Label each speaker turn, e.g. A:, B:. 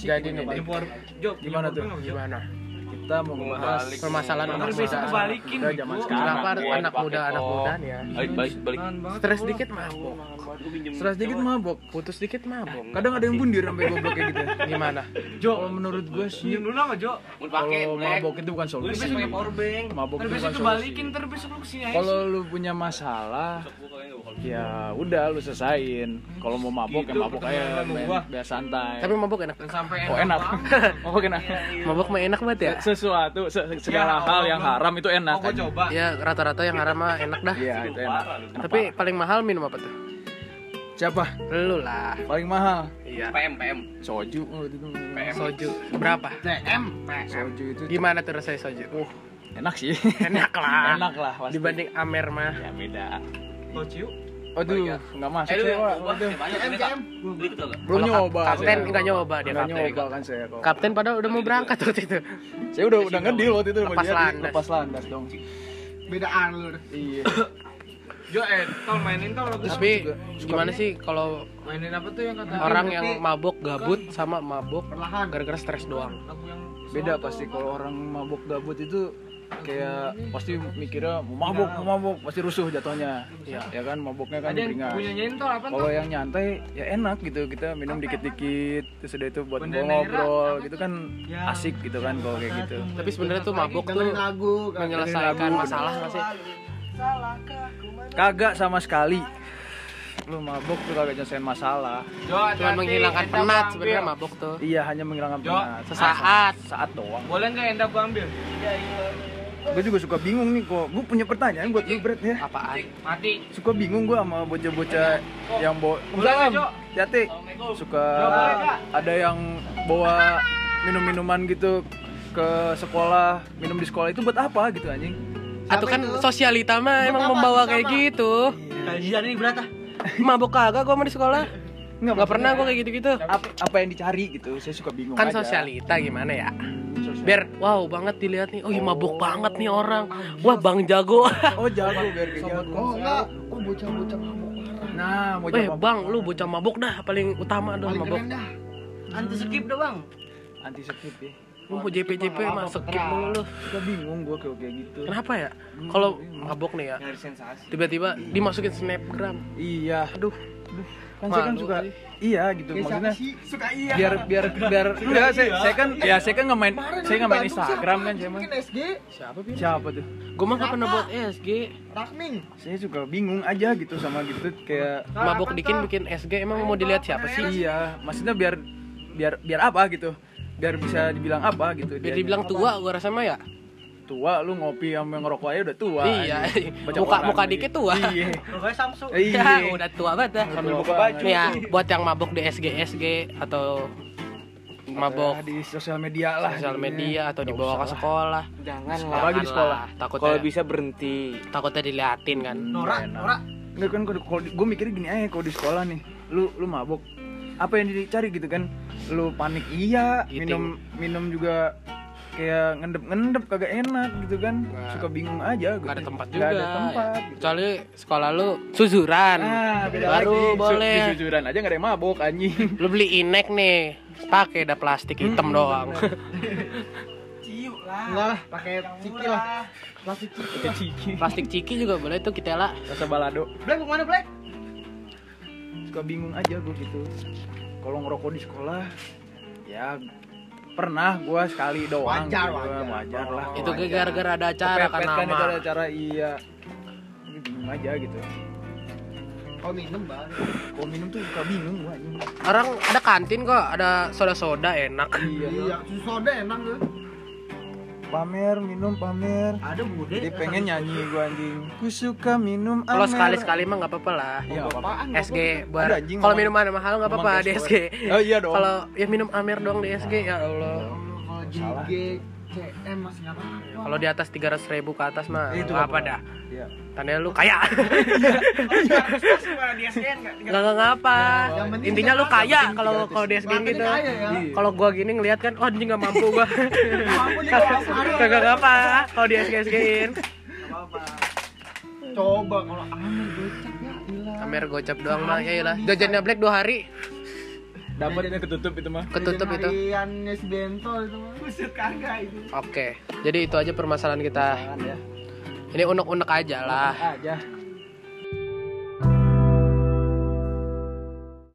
A: jadi nih
B: Impor job
A: gimana tuh gimana kita mau membahas
C: Kebalik.
A: permasalahan anak
B: Terus
A: muda
B: besok kebalikin,
A: Udah zaman
B: Bu.
A: sekarang kan
C: Buat
A: anak
C: pakai
A: muda anak
C: kok.
A: muda nih ya
C: Balik balik balik.
A: stres dikit mabok stres dikit mabok putus dikit mabok kadang ada yang bundir sampai goblok kayak gitu gimana Jo kalau menurut gue sih
B: Minum dulu sama Jo.
C: Mau pakai
A: kalau
C: Black.
A: mabok itu bukan
B: Lu
A: solusi
B: besok pakai power bank.
A: Mabok itu
B: Terus besok
A: bukan
B: kebalikin, terus besok lu kesini aja.
D: Kalau lu punya masalah, ya udah lu selesain. Kalau mau mabok ya
B: Gitu,
D: mabok aja,
B: pertemanan
D: main
B: gua.
D: biar santai.
A: tapi mabok enak
B: Dan sampai
D: oh enak. mabok enak.
B: Iya,
D: Iya.
A: mabok mah enak banget ya
D: Sesuatu se- se- segala
B: Ya,
D: hal
B: Allah.
D: yang haram itu enak.
B: Mau Oh, gua coba.
A: ya rata-rata yang haram mah enak dah
D: Iya, itu enak.
A: tapi paling mahal minum apa tuh
D: siapa?
A: lu lah
D: Paling mahal.
A: iya
C: PM PM.
D: Soju menurut itu.
A: soju berapa
B: TM.
D: Soju itu
A: gimana tuh rasanya soju
D: enak sih.
A: enak lah
D: enak lah Uh, pasti.
A: dibanding amer mah
D: ya beda.
B: Kau ciu.
D: Aduh, enggak masuk
C: Eh lu
D: sih,
C: yang
D: Wak.
C: ubah
D: Aduh.
C: ya, banyak
B: TM
C: ternyata.
B: TM.
C: Beli gitu enggak?
D: Belum
A: Kalau
D: nyoba.
A: kap- kapten
D: saya.
A: nggak nyoba dia,
D: Nggak
A: kapten.
D: nyoba kan saya. kok.
A: kapten padahal udah mau berangkat waktu itu
D: Saya udah udah ngedil waktu itu sama
A: Lepas
D: dia,
A: landas.
D: lepas landas dong.
B: Beda alur.
D: Iya.
B: Jo eh, tol mainin tol lagu.
A: tapi gimana sih kalau
B: mainin apa tuh yang kata
A: orang yang
B: Tapi
A: mabok gabut sama mabok
B: perlahan Iya,
A: gara-gara stres doang
B: lagu yang
D: beda pasti kalau orang mabuk gabut itu kayak pasti mikirnya mau mabuk mau mabuk pasti rusuh jatuhnya ya, ya kan mabuknya kan
B: ada yang
D: beringas
B: punya nyentol apa tuh
D: kalau yang nyantai ya enak gitu kita minum dikit-dikit terus udah itu buat
B: Bendera,
D: ngobrol gitu kan asik gitu kan kalau kayak gitu
A: tapi sebenarnya tuh mabok tuh
E: dengerin lagu kan.
A: menyelesaikan masalah nggak sih
D: kagak sama sekali lu mabuk tuh kagak nyelesain masalah
B: Jo,
A: cuma
B: hati-hati,
A: menghilangkan
B: enda
A: penat
B: gua
A: sebenarnya
B: ambil.
A: mabok tuh
D: iya hanya menghilangkan
B: Jo,
D: penat
A: sesaat
D: saat doang
B: boleh nggak enda gua ambil
D: gue juga suka bingung nih kok gue punya pertanyaan buat lu Brett ya
A: apaan
B: mati
D: suka bingung gua sama bocah-bocah yang bawa
B: Boleh nggak,
D: Salam,
B: Jo?
D: Jati suka
B: boleh nggak?
D: ada yang bawa minum-minuman gitu ke sekolah minum di sekolah itu buat apa gitu anjing
A: atau kan sosialita mah emang membawa kayak gitu
B: kajian ini berat ah
A: mabok kagak gua mah di sekolah nggak
D: maksudnya
A: pernah gua kayak gitu-gitu
D: apa, apa yang dicari gitu saya suka bingung
A: kan
D: aja.
A: sosialita gimana ya
D: Sosial.
A: biar wow banget dilihat nih oh, mabok banget nih orang wah bang jago
D: oh jago biar kayak jago
E: oh enggak oh bocah-bocah mabuk parah
D: nah mau
A: eh
D: jawab
A: bang lu bocah mabok dah paling utama dah
E: paling
A: mabok
E: keren dah
B: anti Kan skip dong bang
D: anti skip ya
A: lu mau JP JP mah skip mulu lu
D: suka bingung gua kalau kayak gitu
A: kenapa ya kalau mabok nih ya
B: nyari sensasi
A: tiba-tiba dimasukin snapgram
D: iya aduh Aduh. kan saya kan
A: Malu
D: suka
A: kali.
D: iya gitu
E: Kayak
D: maksudnya
E: siapa sih suka iya
D: biar biar biar enggak saya, saya kan ya saya kan nggak main
E: Kemarin
D: saya
E: di
D: nggak main
E: Bandung
D: Instagram
E: siapa?
D: kan saya mah
E: Mungkin SG
A: siapa sih
D: siapa tuh
A: gue mah gak pernah buat SG
E: Rahming
D: saya suka bingung aja gitu sama gitu kayak
A: mabok dikin bikin SG emang mau dilihat siapa sih
D: iya maksudnya biar biar biar apa gitu biar bisa dibilang apa gitu
A: biar
D: dianya.
A: dibilang tua gue rasa mah ya
D: tua lu ngopi sama ngerokok aja udah tua
A: Iya,
D: anjing. Baca
A: muka-
D: koran
A: muka
D: lagi.
A: dikit tua.
D: iya
B: pokoknya Samsung
D: iya
A: ya udah tua banget dah
D: sambil buka baju
A: nih ya buat yang mabok di SG SG atau mabok
D: di sosial media lah
A: sosial
D: jadinya.
A: media atau dibawa ke sekolah
F: Jangan lah.
D: apalagi di sekolah
A: Janganlah, takutnya
F: Kalau bisa berhenti.
A: takutnya diliatin kan
B: Nora Nora
D: Enggak kan kalau gue mikirnya gini aja kalau di sekolah nih, lu lu mabok apa yang dicari gitu kan? Lu panik iya,
A: Eating.
D: minum minum juga kayak ngendep-ngendep kagak enak gitu kan.
A: Nah.
D: Suka bingung aja gitu.
A: nggak ada tempat juga
D: Nggak ada tempat.
A: ya.
D: gitu.
A: kecuali sekolah lu suzuran
D: Ah, beda lagi.
A: baru
D: Su-
A: boleh
D: Jujur-jujuran aja gak ada yang mabok anjing.
A: lu beli inek nih pakai ada plastik
D: Hmm,
A: hitam doang
E: enggak lah pakai ciki lah plastik ciki
D: Pakai ciki.
A: plastik ciki juga boleh tuh kita lah
D: Rasa balado.
E: Black mau kemana Black?
D: Suka bingung aja gue gitu. Kalau ngerokok di sekolah ya pernah gua sekali doang
E: Wajar,
D: gitu.
E: wajar.
D: wajar lah
A: itu
D: wajar.
A: gara-gara ada acara kan
D: iya. Kepepet
A: lama
D: itu ada acara iya Ini bingung aja gitu
E: oh minum bang
D: kalau minum tuh suka bingung gua anjing Iya,
A: orang ada kantin kok ada soda-soda enak
E: iya susu soda enak tuh
D: pamer minum pamer
E: ada bude
B: Iya.
D: jadi pengen nyanyi gua anjing ku suka minum
A: kalau
D: amer.
A: sekali-sekali mah nggak apa-apa lah
D: iya nggak apa-apa
A: SG
D: Ada
A: buat
D: anjing
A: kalau
D: ngomong-
A: minuman mahal nggak apa-apa
D: ngomong
A: di
D: guys,
A: SG
D: oh iya dong
A: kalau ya minum amer doang di SG ya Allah
E: kalau
D: Salah.
E: JG CM masih nggak apa-apa
A: kalau di atas 300 ribu ke atas mah
D: Itu
A: itu
D: nggak
A: apa
D: apa-apa.
A: dah
D: iya
A: tandanya lu kaya
E: Oh,
B: di SDN nggak
A: nggak nggak ngapa
E: kan Yang penting
A: intinya lu kaya kalau
D: gratis.
A: kalau di SG gitu
E: kaya ya
D: Iya.
A: kalau gua gini ngeliat kan oh anjing nggak mampu gua
E: mampu juga
A: Kagak-
E: orang
A: kagak ngapa kalau di SG SG-in
E: coba kalau aman gocap ya ilah
A: Iya, Amer gocap doang mah ya lah jajannya black dua hari
D: Dapat ini ketutup itu mah.
A: ketutup
E: Jajan
A: itu
E: hariannya si bentol itu mah
B: Buset kagak itu.
A: oke jadi itu aja permasalahan kita
D: Jangan ya.
A: ini unek-unek aja lah
D: Aja.